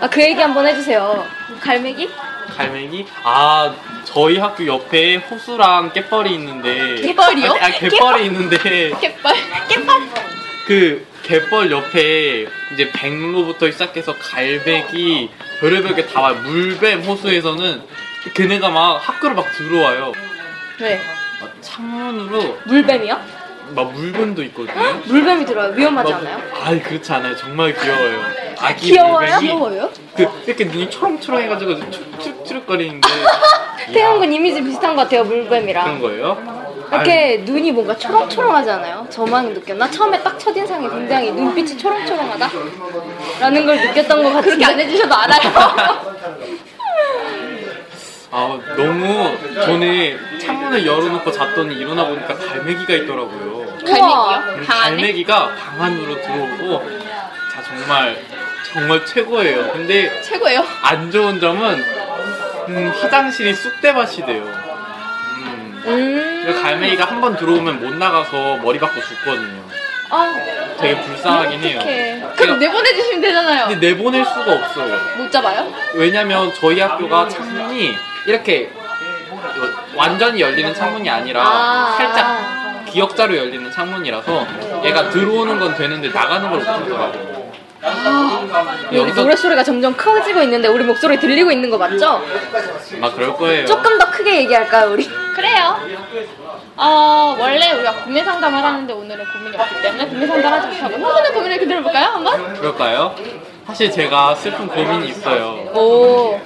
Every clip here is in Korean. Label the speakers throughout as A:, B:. A: 아 그 얘기 한번 해주세요. 갈매기?
B: 갈매기? 아 저희 학교 옆에 호수랑 갯벌이 있는데
C: 갯벌이요?
B: 아, 아 갯벌이 있는데
C: 갯벌 갯벌
B: 그 갯벌 옆에 이제 백로부터 시작해서 갈매기 별의별 게 다 와요. 물뱀 호수에서는 걔네가 막 학교로 막 들어와요.
A: 네.
B: 막 창문으로
A: 물뱀이요?
B: 막 물건도 있거든요.
A: 물뱀이 들어요. 위험하지
B: 막-
A: 않아요?
B: 아이 그렇지 않아요. 정말 귀여워요. 아기
A: 귀여워요?
B: 물뱀이
A: 귀여워요?
B: 그 이렇게 눈이 초롱초롱해가지고 추룩추룩거리는데
A: 태형군
B: 이야,
A: 이미지 비슷한 것 같아요. 물뱀이랑.
B: 그런 거예요?
A: 이렇게 눈이 뭔가 초롱초롱하지 않아요? 저만 느꼈나? 처음에 딱 첫인상이 굉장히 눈빛이 초롱초롱하다? 라는 걸 느꼈던 것 같은데 그렇게 안 해주셔도 알아요
B: 아 너무 전에 창문을 열어놓고 잤더니 일어나 보니까 갈매기가 있더라고요.
C: 갈매기요? 방 안에?
B: 갈매기가 방 안으로 들어오고 자 정말 정말 최고예요. 근데
C: 최고예요
B: 안 좋은 점은 음, 화장실이 쑥대밭이 돼요. 음,
A: 음.
B: 그래서 갈매기가 한 번 들어오면 못 나가서 머리 박고 죽거든요.
A: 아, 네.
B: 되게 불쌍하긴 해요.
A: 어떡해
C: 그럼 내보내주시면 되잖아요
B: 근데 내보낼 수가 없어요.
C: 못 잡아요?
B: 왜냐면 저희 학교가 창문이 이렇게 완전히 열리는 창문이 아니라
A: 아.
B: 살짝 기역자로 열리는 창문이라서 얘가 들어오는 건 되는데 나가는 걸 못 들어가고
A: 우리
B: 여기서
A: 아. 노래소리가 점점 커지고 있는데 우리 목소리 들리고 있는 거 맞죠?
B: 막 그럴 거예요.
A: 조금 더 크게 얘기할까요 우리?
C: 그래요 어, 원래 우리가 고민 상담을 하는데 오늘은 고민이 없기 때문에 고민 상담하지 못하고 형군의 고민을 그대로 볼까요 한번?
B: 그럴까요? 사실 제가 슬픈 고민이 있어요.
A: 오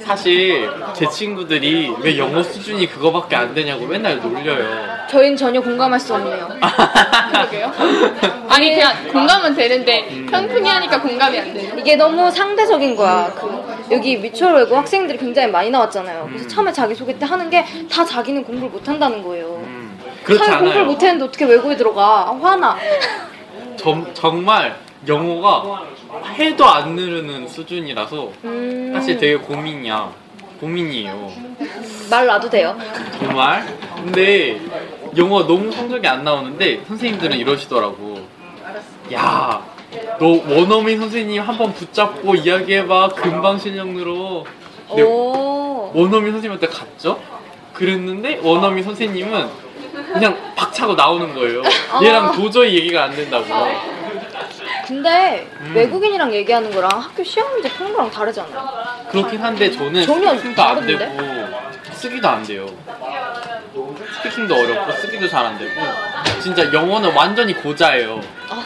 B: 사실 제 친구들이 왜 영어 수준이 그거밖에 안 되냐고 맨날 놀려요.
A: 저희는 전혀 공감할 수 없네요
C: 그러게요 아니 그냥 공감은 되는데 형군이 하니까 공감이 안 돼요
A: 이게 너무 상대적인 거야. 그 여기 미추홀 외고 학생들이 굉장히 많이 나왔잖아요. 그래서 처음에 자기 소개 때 하는 게 다 자기는 공부를 못 한다는 거예요.
B: 음, 그렇지
A: 사회 공부를
B: 않아요.
A: 못 했는데 어떻게 외고에 들어가? 아, 화나.
B: 정, 정말 영어가 해도 안 느르는 수준이라서
A: 음,
B: 사실 되게 고민이야. 고민이에요.
A: 말 놔도 돼요.
B: 정말? 근데 영어 너무 성적이 안 나오는데 선생님들은 이러시더라고. 야, 너 원어민 선생님 한 번 붙잡고 이야기해봐. 금방 실력 늘어.
A: 네.
B: 근데
A: 오.
B: 원어민 선생님한테 갔죠? 그랬는데 원어민 선생님은 그냥 박차고 나오는 거예요. 얘랑
A: 아.
B: 도저히 얘기가 안 된다고.
A: 근데
B: 음.
A: 외국인이랑 얘기하는 거랑 학교 시험 문제 푸는 거랑 다르잖아요.
B: 그렇긴 한데 저는
A: 전혀
B: 스피킹도 안 되고
A: 다른데?
B: 쓰기도 안 돼요. 스피킹도 어렵고 쓰기도 잘 안 되고 진짜 영어는 완전히 고자예요.
A: 아.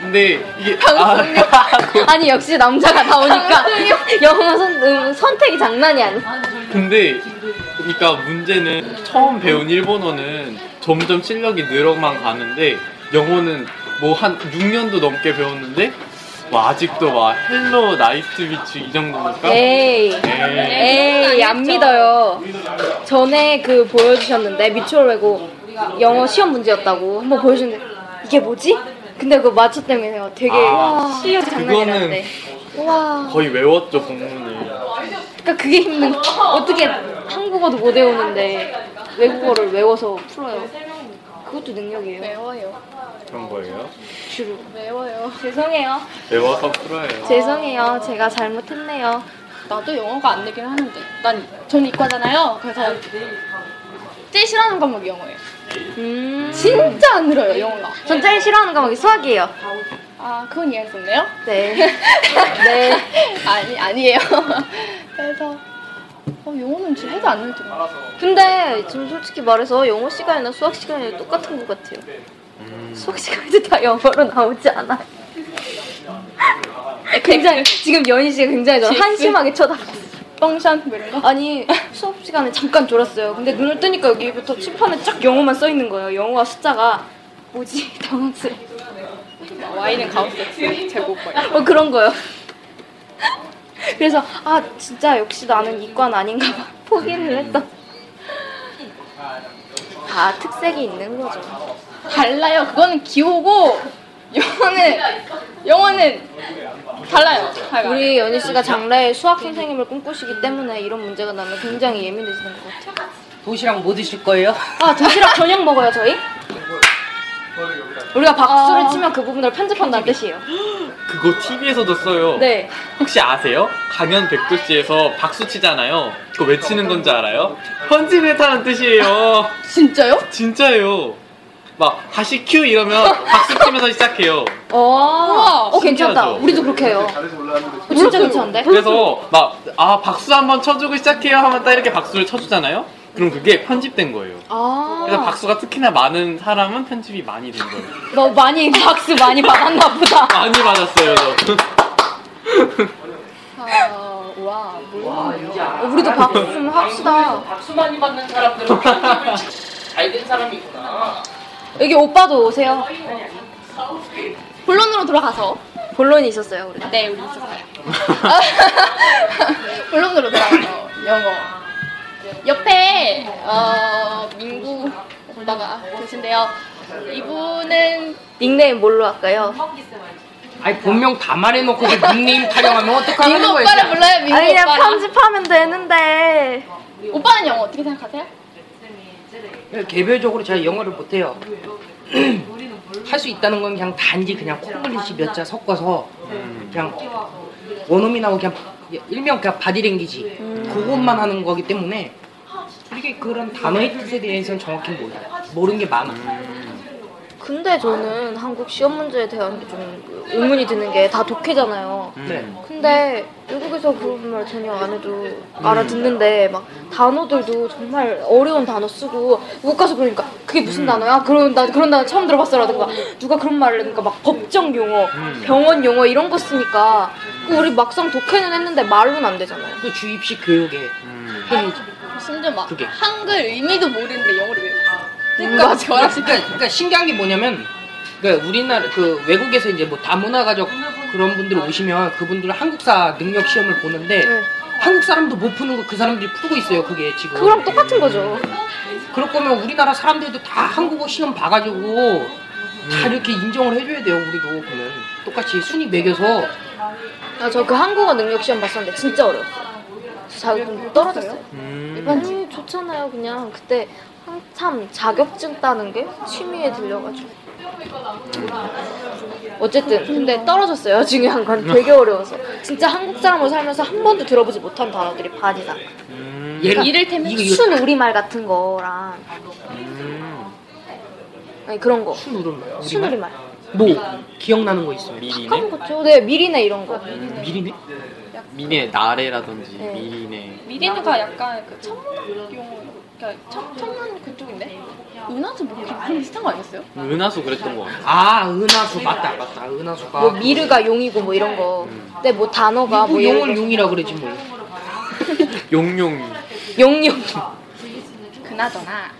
B: 근데 이게 아,
A: 아니 역시 남자가
C: 아,
A: 나오니까 영어 선, 음, 선택이 장난이 아니야.
B: 근데 그러니까 문제는 처음 배운 일본어는 점점 실력이 늘어만 가는데 영어는 뭐 한 6년도 넘게 배웠는데 와 아직도 와 헬로 나이스 비치 이 정도니까 네,
A: 에이.
B: 에이.
A: 에이 안 믿어요. 전에 그 보여주셨는데 미추홀 외고 영어 시험 문제였다고 한번 보여주는데 이게 뭐지? 근데 그거 맞췄다며 요 되게
B: 아,
A: 실력이 장난이라는데 와
B: 거의 외웠죠 공문을
A: 그러니까 그게 힘든 거. 어떻게 한국어도 못 외우는데 외국어를 외워서 풀어요 그것도 능력이에요
C: 외워요
D: 그런 거예요?
A: 주로.
C: 매워요.
A: 죄송해요.
D: 외워서 풀어요.
A: 죄송해요. 제가 잘못했네요.
C: 나도 영어가 안 되긴 하는데. 난, 전 이과잖아요. 그래서 제일 싫어하는 과목이 영어예요.
A: 음.
C: 진짜 안 늘어요, 영어가.
A: 전 제일 싫어하는 과목이 수학이에요.
C: 아, 그건 이해할 수 없네요.
A: 네. 네.
C: 아니, 아니에요. 그래서, 어, 영어는 진짜 해도 안 늘더라.
A: 근데 지금 솔직히 말해서 영어 시간이나 수학 시간이 똑같은 것 같아요. 수학 시간에도 다 영어로 나오지 않아. 요 굉장히 지금 연희 씨가 굉장히 저를 한심하게 쳐다봤어요.
C: 펑션, 뭐 이런 거.
A: 아니 수업 시간에 잠깐 졸았어요. 근데 눈을 뜨니까 여기부터 칠판에 쫙 영어만 써 있는 거예요. 영어와 숫자가 뭐지 당황스러워.
C: 와인은 가오스 제고 거예요.
A: 어 그런 거요. 그래서 아 진짜 역시 나는 이과는 아닌가 봐 포기를 했어. 다 특색이 있는 거죠.
C: 달라요. 그거는 기호고, 영어는, 영어는 달라요. 하여간.
A: 우리 연희 씨가 장래에 수학 선생님을 꿈꾸시기 때문에 이런 문제가 나면 굉장히 예민해지는 것 같아요.
E: 도시락 뭐 드실 거예요?
A: 아 도시락 저녁 먹어요 저희? 우리가 박수를 치면 그 부분을 편집한다는 뜻이에요.
B: 그거 TV에서도 써요.
A: 네.
B: 혹시 아세요? 강연 100도씨에서 박수 치잖아요. 그거 왜 치는 건지 알아요? 편집했다는 뜻이에요.
C: 진짜요?
B: 진짜예요. 막 다시 큐 이러면 박수 치면서 시작해요.
C: 아,
A: 와. 어 괜찮다.
B: 신기하죠?
A: 우리도 그렇게 해요. 어, 진짜 괜찮은데?
B: 그래서 막 아 박수 한번 쳐주고 시작해요 하면 딱 이렇게 박수를 쳐주잖아요. 그럼 그게 편집된 거예요. 그래서
A: 아.
B: 박수가 특히나 많은 사람은 편집이 많이 된 거예요.
A: 너 많이 박수 많이 받았나 보다.
B: 많이 받았어요, 저.
C: 아, 와,
A: 어, 우리도 박수 좀 합시다.
F: 박수 많이 받는 사람들은 편집을 잘된 사람이구나.
A: 여기 오빠도 오세요.
C: 본론으로 돌아가서.
A: 본론이 있었어요 우리.
C: 네, 우리 있었어요. 본론으로 돌아가서 영어. 옆에 어, 민구 오빠가 계신데요. 이분은
A: 닉네임 뭘로 할까요?
F: 아니 본명 다 말해놓고 그 닉네임 타령하면 어떡하는
C: 민구
F: 거예요?
C: 오빠를 불러요. 민구
A: 아니 그냥
C: 오빠.
A: 편집하면 되는데.
C: 오빠는 영어 어떻게 생각하세요?
F: 그냥 개별적으로 제가 영어를 못해요. 할 수 있다는 건 그냥 단지 그냥 콩글리시 몇 자 섞어서 그냥 원어민하고 그냥 일명 그냥 바디랭귀지 그것만 하는 거기 때문에 이게 그런 단어의 뜻에 대해서는 정확히 몰라요. 모르는 게 많아.
A: 근데 저는 한국 시험 문제에 대한 게 좀 의문이 드는 게 다 독해잖아요.
F: 네.
A: 근데 외국에서 그런 말 전혀 안 해도 알아듣는데 막 단어들도 정말 어려운 단어 쓰고 외국 가서 그러니까 그게 무슨 단어야? 그런 나 그런 단어 처음 들어봤어라든가 누가 그런 말을 하니까 막 법정 용어, 병원 용어 이런 거 쓰니까 그 우리 막상 독해는 했는데 말로는 안 되잖아요.
F: 그 주입식 교육에 그
C: 심지어 아, 막
F: 그게.
C: 한글 의미도 모르는데 영어를 외우고 있어요. 그러니까 저랑
F: 그러니까, 그러니까 신기한 게 뭐냐면 그러니까 우리나라 그 외국에서 이제 뭐 다문화 가족 그런 분들 오시면 그분들은 한국사 능력 시험을 보는데
A: 네.
F: 한국 사람도 못 푸는 거 그 사람들이 풀고 있어요 그게 지금 네.
A: 그거랑 똑같은 거죠.
F: 그럴 거면 우리나라 사람들도 다 한국어 시험 봐가지고 다 이렇게 인정을 해줘야 돼요 우리도 그러면 똑같이 순위 매겨서
A: 아, 저 그 한국어 능력 시험 봤었는데 진짜 어려웠어요. 저 자격증 떨어졌어요.
F: 음.
A: 아니 좋잖아요. 그냥 그때 한참 자격증 따는 게 취미에 들려가지고. 어쨌든 근데 떨어졌어요. 중요한 건
F: 음.
A: 되게 어려워서 진짜 한국 사람으로 살면서 한 번도 들어보지 못한 단어들이 반 이상.
F: 예를
C: 이를테면
F: 이거 이거
A: 그러니까 순 우리말 같은 거랑 아니 그런 거.
F: 순 음. 우리말
A: 순 우리말.
F: 뭐 기억나는 거 있어요
B: 미리네?
A: 까먹었죠. 네 미리네 이런 거.
F: 미리네
B: 미네 나래라든지
A: 네.
B: 미리네.
C: 미리네가 약간 그 천문학 용어, 그러니까 천, 천문 그쪽인데 은하수 뭐 그렇게 비슷한 거 아니었어요?
B: 은하수 그랬던 것 같아요.
F: 아 은하수 맞다 맞다 은하수가
A: 뭐 미르가 용이고 뭐 이런 거. 근데 뭐 단어가 뭐
F: 뭐
A: 예를
F: 음. 용을 용이라 그러지 뭐
B: 용용이.
A: 용용.
C: 그나저나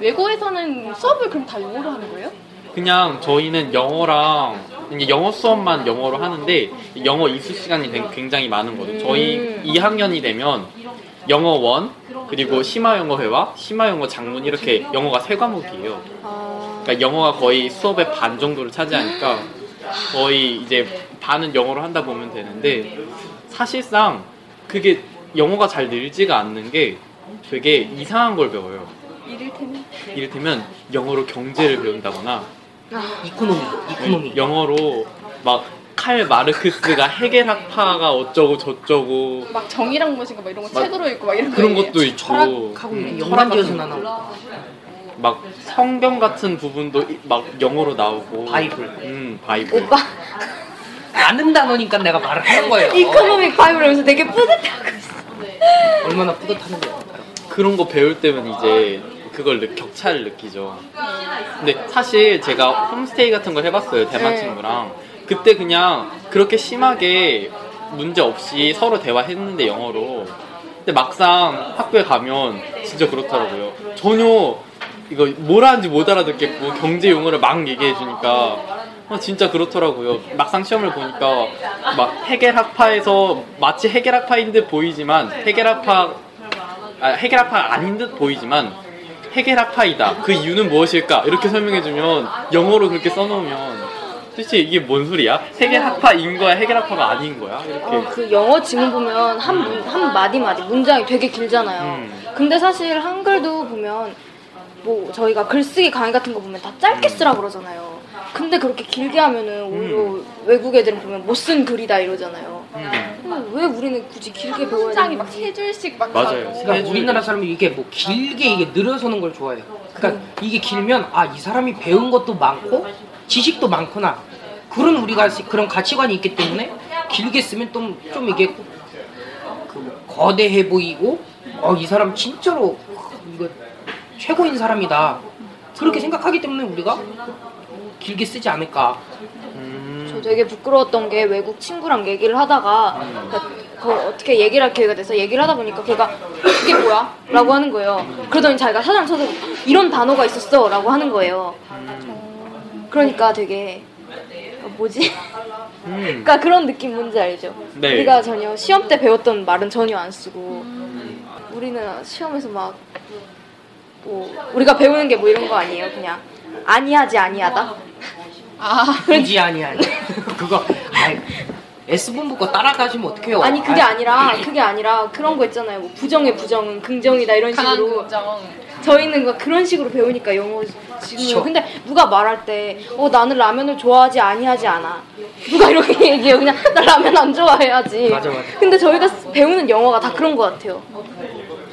C: 외고에서는 수업을 그럼 다 영어로 하는 거예요?
B: 그냥 저희는 영어랑 이제 영어 수업만 영어로 하는데 영어 이수 시간이 된- 굉장히 많은 거죠. 저희 2학년이 되면 영어 원 그리고 심화 영어 회화, 심화 영어 작문 이렇게 영어가 세 과목이에요. 그러니까 영어가 거의 수업의 반 정도를 차지하니까 거의 이제 반은 영어로 한다 보면 되는데 사실상 그게 영어가 잘 늘지가 않는 게 되게 이상한 걸 배워요.
C: 이를테면
B: 이를테면 영어로 경제를 배운다거나
F: 이코노미, 이코노미.
B: 영어로 막 칼 마르크스가 해겔학파가 어쩌고 저쩌고
C: 막 정의랑 무엇인가 막 이런 거
B: 맞-
C: 책으로 읽고 막 이런 거
B: 그런
C: 얘기해요.
B: 것도 있고
F: 네,
B: 음.
F: 철학하고 이런
B: 철학
F: 연관지어서
B: 같은
F: 나나
B: 막 성경 같은 부분도 이- 막 영어로 나오고
F: 바이블.
B: 음 바이블
A: 오빠
F: 아는 단어니까 내가 말을 하는 거예요.
A: 이코노믹 바이블이면서 되게 뿌듯하고 있어.
F: 얼마나 뿌듯하는 거야.
B: 그런 거 배울 때면 이제 그걸 느- 격차를 느끼죠. 근데 사실 제가 홈스테이 같은 걸 해봤어요 대만
A: 네.
B: 친구랑 그때 그냥 그렇게 심하게 문제 없이 서로 대화했는데 영어로 근데 막상 학교에 가면 진짜 그렇더라고요 전혀 이거 뭐라 하는지 못 알아듣겠고 경제 용어를 막 얘기해 주니까 어, 진짜 그렇더라고요 막상 시험을 보니까 막 해결학파에서 마치 해결학파인 듯 보이지만 해결학파 아, 해결학파 아닌 듯 보이지만 해결학파이다. 그 이유는 무엇일까? 이렇게 설명해주면 영어로 그렇게 써놓으면 도대체 이게 뭔 소리야? 해결학파인 거야? 해결학파가 아닌 거야? 이렇게
A: 어, 그 영어 지문 보면 한, 문- 한 마디 마디 문장이 되게 길잖아요.
B: 음.
A: 근데 사실 한글도 보면 뭐 저희가 글쓰기 강의 같은 거 보면 다 짧게 쓰라
B: 음.
A: 그러잖아요. 근데 그렇게 길게 하면은 오히려 외국 애들은 보면 못 쓴 글이다 이러잖아요.
B: 음,
A: 근데 왜 우리는 굳이 길게 배워야
C: 현장이
A: 되는
C: 막
A: 거지?
C: 세 줄씩 막
B: 맞아요.
C: 가고.
F: 그러니까 우리나라 사람이 이게 뭐 길게 이게 늘어서는 걸 좋아해요. 그러니까 이게 길면 아 이 사람이 배운 것도 많고 지식도 많구나 그런 우리가 시- 그런 가치관이 있기 때문에 길게 쓰면 좀 좀 이게 그 거대해 보이고 어 이 사람 진짜로 이거 최고인 사람이다 그렇게 생각하기 때문에 우리가 길게 쓰지 않을까.
B: 음.
A: 저 되게 부끄러웠던 게 외국 친구랑 얘기를 하다가
B: 음.
A: 그러니까 그 어떻게 얘기를 할 기회가 돼서 얘기를 하다 보니까 걔가 이게 뭐야? 라고 하는 거예요. 그러더니 자기가 사전 쳐서 이런 단어가 있었어 라고 하는 거예요. 그러니까 되게 어, 뭐지?
B: 음.
A: 그러니까 그런 느낌 뭔지 알죠?
B: 네.
A: 우리가 전혀 시험 때 배웠던 말은 전혀 안 쓰고
B: 음.
A: 우리는 시험에서 막 뭐, 우리가 배우는 게 뭐 이런 거 아니에요? 그냥 아니하지 아니하다?
C: 아
F: 그지 아니야. 그거 아이, S본부 거 따라가시면 어떡해요.
A: 아니 그게
F: 아이,
A: 아니라 그게 아니라 그런 거 있잖아요. 뭐 부정의 부정은 긍정이다 이런
C: 강한
A: 식으로
C: 긍정.
A: 저희는 그- 그런 식으로 배우니까 영어 지금
F: 그쵸.
A: 근데 누가 말할 때 어 나는 라면을 좋아하지 아니하지 않아 누가 이렇게 얘기해요 그냥 나 라면 안 좋아해야지
F: 맞아, 맞아.
A: 근데 저희가 쓰- 배우는 영어가 다 그런 것 같아요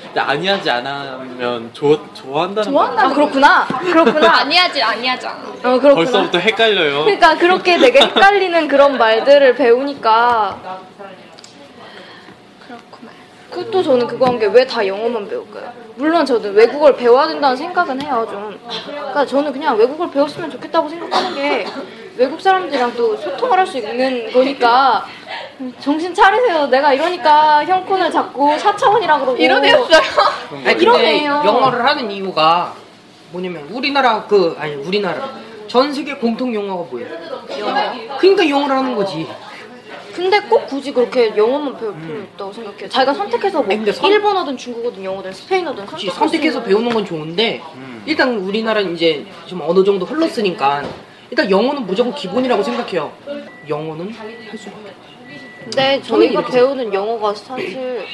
B: 근데 아니하지 않으면 좋- 좋아한다는
A: 아
B: 거
A: 그렇구나 그렇구나
C: 아니야지 아니야잖아.
A: 어 그렇구나
B: 벌써부터 헷갈려요.
A: 그러니까 그렇게 되게 헷갈리는 그런 말들을 배우니까
C: 그렇구만.
A: 그것도 저는 그거 한 게 왜 다 영어만 배울까요? 물론 저도 외국어를 배워야 된다는 생각은 해요 좀. 그러니까 저는 그냥 외국어를 배웠으면 좋겠다고 생각하는 게 외국 사람들이랑 또 소통을 할 수 있는 거니까 정신 차리세요. 내가 이러니까 형콘을 잡고 4차원이라 그러고
C: 이러네였어요.
F: 아니,
A: 이런
F: 근데
A: 거예요.
F: 영어를 하는 이유가 뭐냐면 우리나라 그 아니 우리나라 전 세계 공통 영어가 뭐예요? 그러니까 영어를 하는 거지.
A: 근데 꼭 굳이 그렇게 영어만 배울 필요 없다고 생각해요. 자기가 선택해서 뭐
F: 음. 아니, 근데 선-
A: 일본어든 중국어든 영어든 스페인어든
F: 그치,
A: 선택할 수
F: 선택해서
A: 있는-
F: 배우는 건 좋은데 일단 우리나라 이제 좀 어느 정도 흘렀으니까 일단 영어는 무조건 기본이라고 생각해요. 영어는 할 수가 없어.
A: 근데
F: 저는
A: 저희가
F: 이렇게 음.
A: 배우는 영어가 사실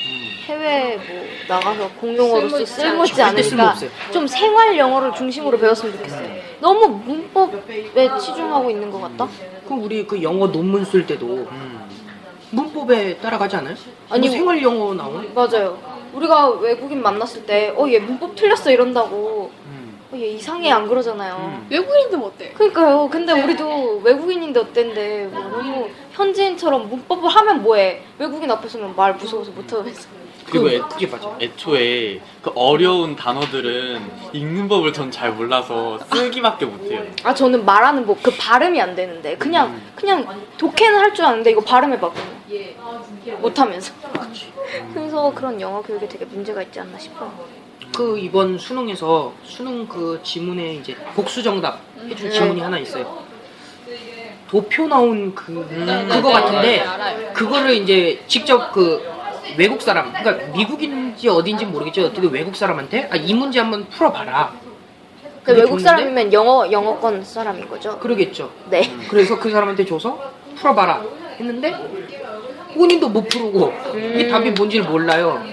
A: 해외 뭐 나가서 공용어로 쓰 쓸모있지
F: 절대
A: 않으니까
F: 쓸모없어요.
A: 좀 생활 영어를 중심으로 배웠으면 좋겠어요. 너무 문법에 치중하고 있는 것 같다.
F: 그럼 우리 그 영어 논문 쓸 때도
B: 음,
F: 문법에 따라가지 않아요?
A: 아니,
F: 뭐 생활 영어 나오는?
A: 맞아요. 우리가 외국인 만났을 때 어 얘 문법 틀렸어 이런다고
B: 음.
A: 어, 얘 이상해 안
F: 음.
A: 그러잖아요.
C: 외국인도 뭐 어때?
A: 그러니까요. 근데 우리도 외국인인데 어땠는데 뭐 너무 현지인처럼 문법을 하면 뭐해? 외국인 앞에서는 말 무서워서 못하면서.
B: 그리고 애,
F: 그게 맞아.
B: 애초에 그 어려운 단어들은 읽는 법을 전 잘 몰라서 쓰기밖에 못해요.
A: 아 저는 말하는 뭐 그 발음이 안 되는데 그냥 그냥 독해는 할 줄 아는데 이거 발음해봐 그냥 못하면서
F: 음.
A: 그래서 그런 영어 교육에 되게 문제가 있지 않나 싶어
F: 그 이번 수능에서 수능 그 지문에 이제 복수 정답 해준
A: 음.
F: 지문이 하나 있어요. 도표 나온 그
C: 네, 네,
F: 그거
C: 네,
F: 같은데
C: 알아요.
F: 그거를 이제 직접 그 외국 사람 그러니까 미국인지 어딘지 모르겠죠. 어떻게 외국 사람한테 아, 이 문제 한번 풀어봐라.
A: 그
F: 근데
A: 외국
F: 줬는데
A: 사람이면 영어 영어권 사람인 거죠
F: 그러겠죠.
A: 네
F: 그래서 그 사람한테 줘서 풀어봐라 했는데 본인도 못 풀고
B: 음.
F: 이게 답이 뭔지를 몰라요.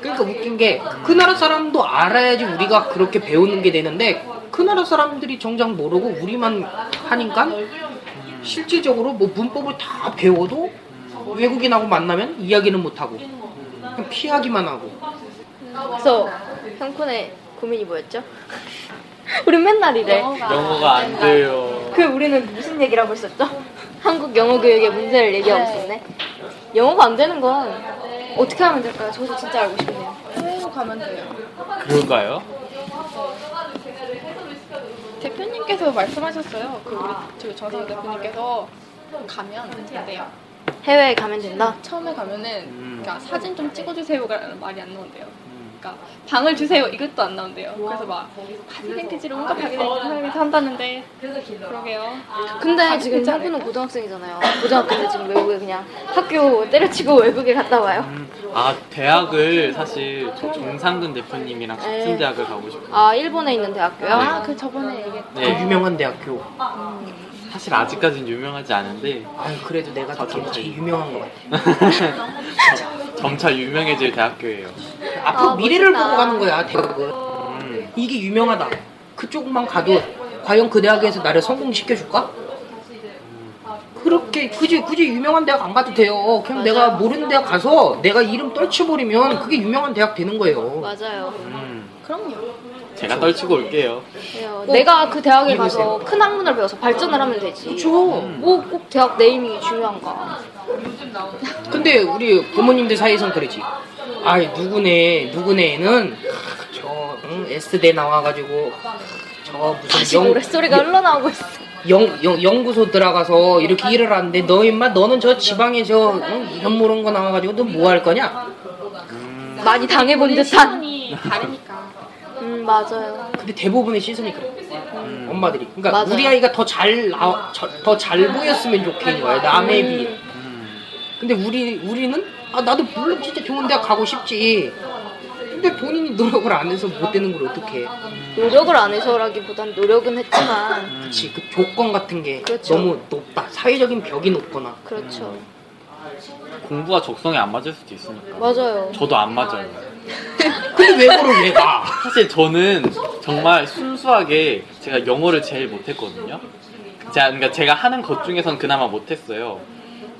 F: 그러니까 웃긴 게 그 나라 사람도 알아야지 우리가 그렇게 배우는 게 되는데 그 나라 사람들이 정작 모르고 우리만 하니까 실질적으로 뭐 문법을 다 배워도 외국인하고 만나면 이야기는 못하고 그냥 피하기만 하고
A: 그래서 형쿤의 고민이 뭐였죠? 우린 맨날 이래.
B: 영어가 안 돼요.
A: 그 우리는 무슨 얘기를 하고 있었죠? 한국 영어 교육의 문제를 얘기하고 있었네. 영어가 안 되는 건 어떻게 하면 될까요? 저도 진짜 알고 싶네요.
C: 해외로 가면 돼요.
B: 그런가요?
C: 대표님께서 말씀하셨어요. 그 우리 저 정상 대표님께서 가면 된대요.
A: 해외에 가면 된다.
C: 처음에 가면은
B: 음.
C: 그러니까 사진 좀 찍어주세요라는 말이 안 나온대요. 그러니까 방을 주세요 이것도 안 나온대요. 그래서 막 하드랭크지로 온갖 하드랭크지로 한다는데 그러게요.
A: 근데 지금
C: 괜찮아요.
A: 형군은 고등학생이잖아요. 고등학교 때 지금 외국에 그냥 학교 때려치고 외국에 갔다 와요.
B: 아 대학을 사실 저 정상근 대표님이랑 같은
A: 네.
B: 대학을 가고 싶어요.
A: 아 일본에 있는 대학교요?
B: 네.
C: 아 그 저번에 얘기했던
F: 그
B: 네,
F: 유명한 대학교
B: 사실 아직까지는 유명하지 않은데
F: 아유 그래도 내가
B: 사촌
F: 제일
B: 차이.
F: 유명한 것 같아
B: 점차 유명해질 대학교예요.
F: 앞으로
A: 아,
F: 미래를
A: 멋있다.
F: 보고 가는 거야 대학은
B: 음.
F: 이게 유명하다 그쪽만 가도 과연 그 대학에서 나를 성공시켜줄까? 그렇게 굳이 굳이 유명한 대학 안 가도 돼요 그냥 내가 모르는 대학 가서 내가 이름 떨쳐버리면 그게 유명한 대학 되는 거예요
A: 맞아요.
B: 음,
C: 그럼요.
B: 제가 떨치고 올게요.
A: 그래요. 내가 그 대학에 가서 큰 학문을 배워서 발전을 하면 되지.
F: 그렇죠
A: 뭐 꼭 대학 네이밍이 중요한가?
F: 근데 우리 부모님들 사이에선 그러지. 아 누구네 누구네는 크, 저 응, S대 나와가지고 크, 저
A: 다시
F: 무슨
A: 노랫소리가 흘러나오고 있어.
F: 영, 영, 연구소 들어가서 이렇게 일을 하는데 너 임마 너는 저 지방에 저 응, 이런 모르는 거 나와가지고 너 뭐 할 거냐?
A: 많이 당해본 듯한.
C: 시선이 다르니까.
A: 음 맞아요.
F: 근데 대부분의 시선이 그래. 엄마들이. 그러니까
A: 맞아요.
F: 우리 아이가 더 잘 더 잘 보였으면 좋겠는 거야
A: 음.
F: 남에 비해. 근데 우리 우리는 아 나도 물론 진짜 좋은 대학 가고 싶지. 근데 본인이 노력을 안 해서 못 되는 걸 어떻게 해?
A: 노력을 안 해서라기보단 노력은 했지만
F: 그치 그 조건 같은 게
A: 그렇죠.
F: 너무 높다 사회적인 벽이 높거나
A: 그렇죠.
B: 공부가 적성에 안 맞을 수도 있으니까.
A: 맞아요.
B: 저도 안 맞아요. 그러니까
F: 근데 외고를 왜 가?
B: 사실 저는 정말 순수하게 제가 영어를 제일 못했거든요. 제가, 그러니까 제가 하는 것 중에선 그나마 못했어요.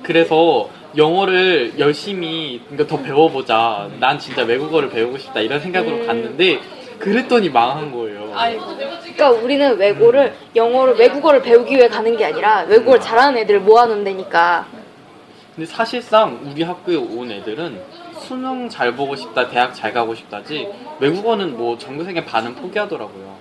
B: 그래서 영어를 열심히 그러니까 더 배워보자. 난 진짜 외국어를 배우고 싶다 이런 생각으로 갔는데 그랬더니 망한 거예요.
C: 아이고.
A: 그러니까 우리는 외고를 영어를 외국어를 배우기 위해 가는 게 아니라 외국어를 잘하는 애들을 모아놓은 데니까
B: 근데 사실상 우리 학교에 온 애들은 수능 잘 보고 싶다, 대학 잘 가고 싶다지 외국어는 뭐 전교생의 반은 포기하더라고요.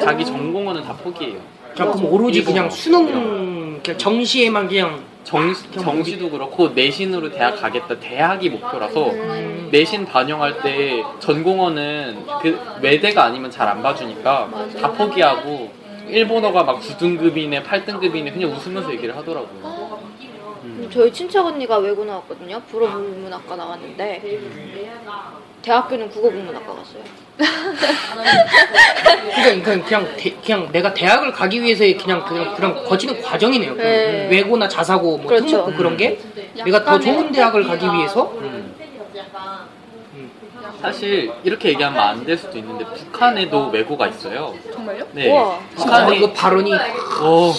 B: 자기 전공어는 다 포기해요.
F: 자 그럼 오로지
B: 일본어.
F: 그냥 수능 그냥 정시에만 그냥
B: 정, 정시도 그렇고 내신으로 대학 가겠다 대학이 목표라서
A: 음.
B: 내신 반영할 때 전공어는 그 외대가 아니면 잘 안 봐주니까 다 포기하고 일본어가 막 9등급이네 8등급이네 그냥 웃으면서 얘기를 하더라고요.
A: 저희 친척 언니가 외고 나왔거든요. 불어 국문학과 나왔는데 대학교는 국어 국문학과 갔어요.
F: 그러니까 그냥 그냥, 대- 그냥 내가 대학을 가기 위해서의 그냥 그냥 그런 거치는 과정이네요. 그냥
A: 네.
F: 외고나 자사고 뭐
A: 그렇죠. 음.
F: 특목고 그런 게 내가 더 좋은 대학을 가기 위해서
B: 음. 사실 이렇게 얘기하면 안 될 수도 있는데 북한에도 외고가 있어요.
C: 정말요?
B: 네.
A: 우와.
F: 아,
A: 음.
B: 북한에
F: 이거 발언이
B: 어.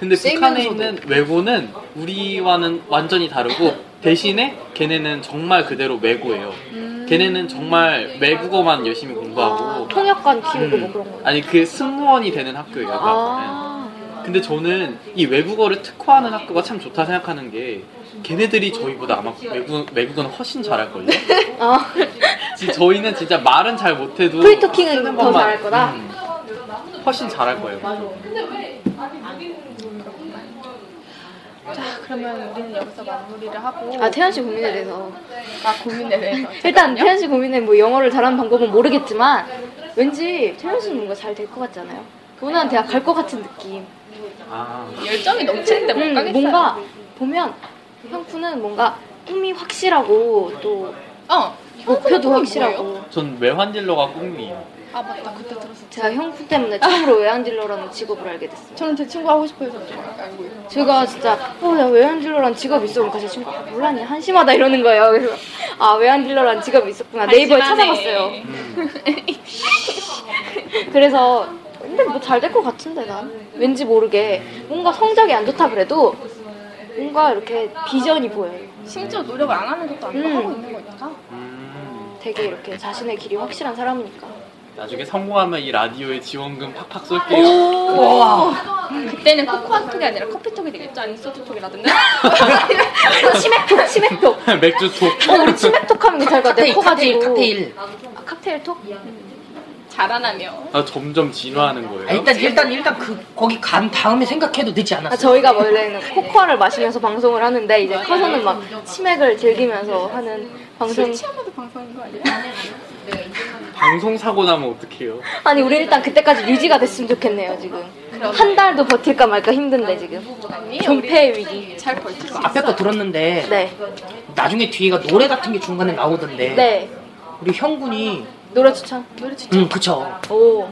B: 근데 북한에
F: 세면서도.
B: 있는 외고는 우리와는 완전히 다르고 대신에 걔네는 정말 그대로 외고예요.
A: 음.
B: 걔네는 정말 외국어만 열심히 공부하고
A: 아, 통역관 키우고 뭐
B: 음,
A: 그런 거.
B: 아니 그 승무원이 되는 학교예요. 그 학교는.
A: 아,
B: 근데 저는 이 외국어를 특화하는 학교가 참 좋다 생각하는 게 걔네들이 저희보다 아마 외국 외국어는 훨씬 잘할 걸요.
A: 아.
B: 저희는 진짜 말은 잘 못해도
A: 프리토킹은 더
B: 것만-
A: 잘할 거다.
B: 음, 훨씬 잘할 거예요.
C: 자 그러면 우리는 여기서 마무리를 하고
A: 아 태연 씨 고민에 대해서
C: 아 고민에 대해서
A: 일단 태연 씨 고민은 뭐 영어를 잘하는 방법은 모르겠지만 왠지 태연 씨는 뭔가 잘 될 것 같지 않아요? 무난 대학 갈 것 같은 느낌.
B: 아.
C: 열정이 넘치는데 못
A: 음,
C: 가겠어요.
A: 뭔가 보면 형쿠는 뭔가 꿈이 확실하고 또
C: 어
A: 목표도
C: 꿈이
A: 확실하고
C: 뭐예요?
B: 전 외환진로가 꿈이에요.
C: 아 맞다 그때 들었어.
A: 제가 형쿠 때문에 처음으로 외환딜러라는 직업을 알게 됐어요.
C: 저는 제 친구 하고 싶어서 좀 알고 있어요.
A: 제가 진짜 어야 외환딜러란 직업이 있어 그러니까 제 친구가 아, 몰랐냐 한심하다 이러는 거예요. 그래서 아 외환딜러란
C: 음.
A: 직업이 있었구나 네이버에
C: 한심하네.
A: 찾아봤어요. 그래서 근데 뭐 잘 될 것 같은데 난 왠지 모르게 뭔가 성적이 안 좋다 그래도 뭔가 이렇게 비전이 보여요.
C: 심지어 노력을 안 하는 것도 아니고
A: 음.
C: 하고 있는 거니까.
B: 음,
A: 되게 이렇게 자신의 길이 확실한 사람이니까.
B: 나중에 성공하면 이 라디오에 지원금 팍팍 쏠게요.
A: 음.
C: 그때는 코코아 톡이 아니라 커피 톡이 되겠죠? 아니면 소주 톡이라든가.
A: 치맥톡, 치맥톡. 어,
B: 맥주 톡.
A: 우리 치맥톡 하면 괜찮을 것 같아.
F: 칵테일,
A: 커 가지고.
F: 칵테일, 칵테일.
A: 아, 칵테일 톡?
C: 자라나며.
B: 아, 점점 진화하는
F: 아,
B: 거예요.
A: 음.
F: 일단 일단 일단 그 거기 간 다음에 생각해도 늦지 않았어.
A: 아, 저희가 원래는 코코아를 마시면서 방송을 하는데 이제 커서는 막 치맥을 즐기면서 하는 방송.
C: 취하면도 방송인 거 아니야?
B: 방송 사고 나면 어떡해요?
A: 아니, 우리 일단 그때까지 유지가 됐으면 좋겠네요, 지금. 한 달도 버틸까 말까 힘든데, 지금.
C: 아니,
A: 존폐의 위기.
C: 잘 벌칠 수
F: 앞에 거 들었는데
A: 아, 네.
F: 나중에 뒤에가 노래 같은 게 중간에 나오던데
A: 네.
F: 우리 형군이
A: 노래 추천.
F: 음 그쵸
A: 오.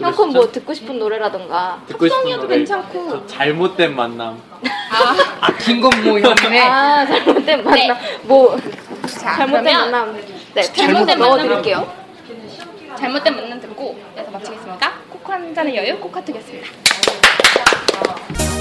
A: 형콘 뭐 듣고 싶은 노래라던가.
B: 듣고 싶은
C: 합성이어도
B: 노래.
C: 괜찮고.
B: 저 잘못된 만남.
F: 아 김건모 형님의
A: 아,
F: 네.
A: 잘못된 만남.
F: 아,
A: 뭐, 잘못된
C: 그러면
A: 만남. 네,
C: 잘못된
A: 잘못된
C: 만남.
A: 넣어드릴게요.
C: 잘못된 만남 듣고 여기서 마치겠습니다. 코코 한 잔의 여유 코카 톡이었습니다.
G: 그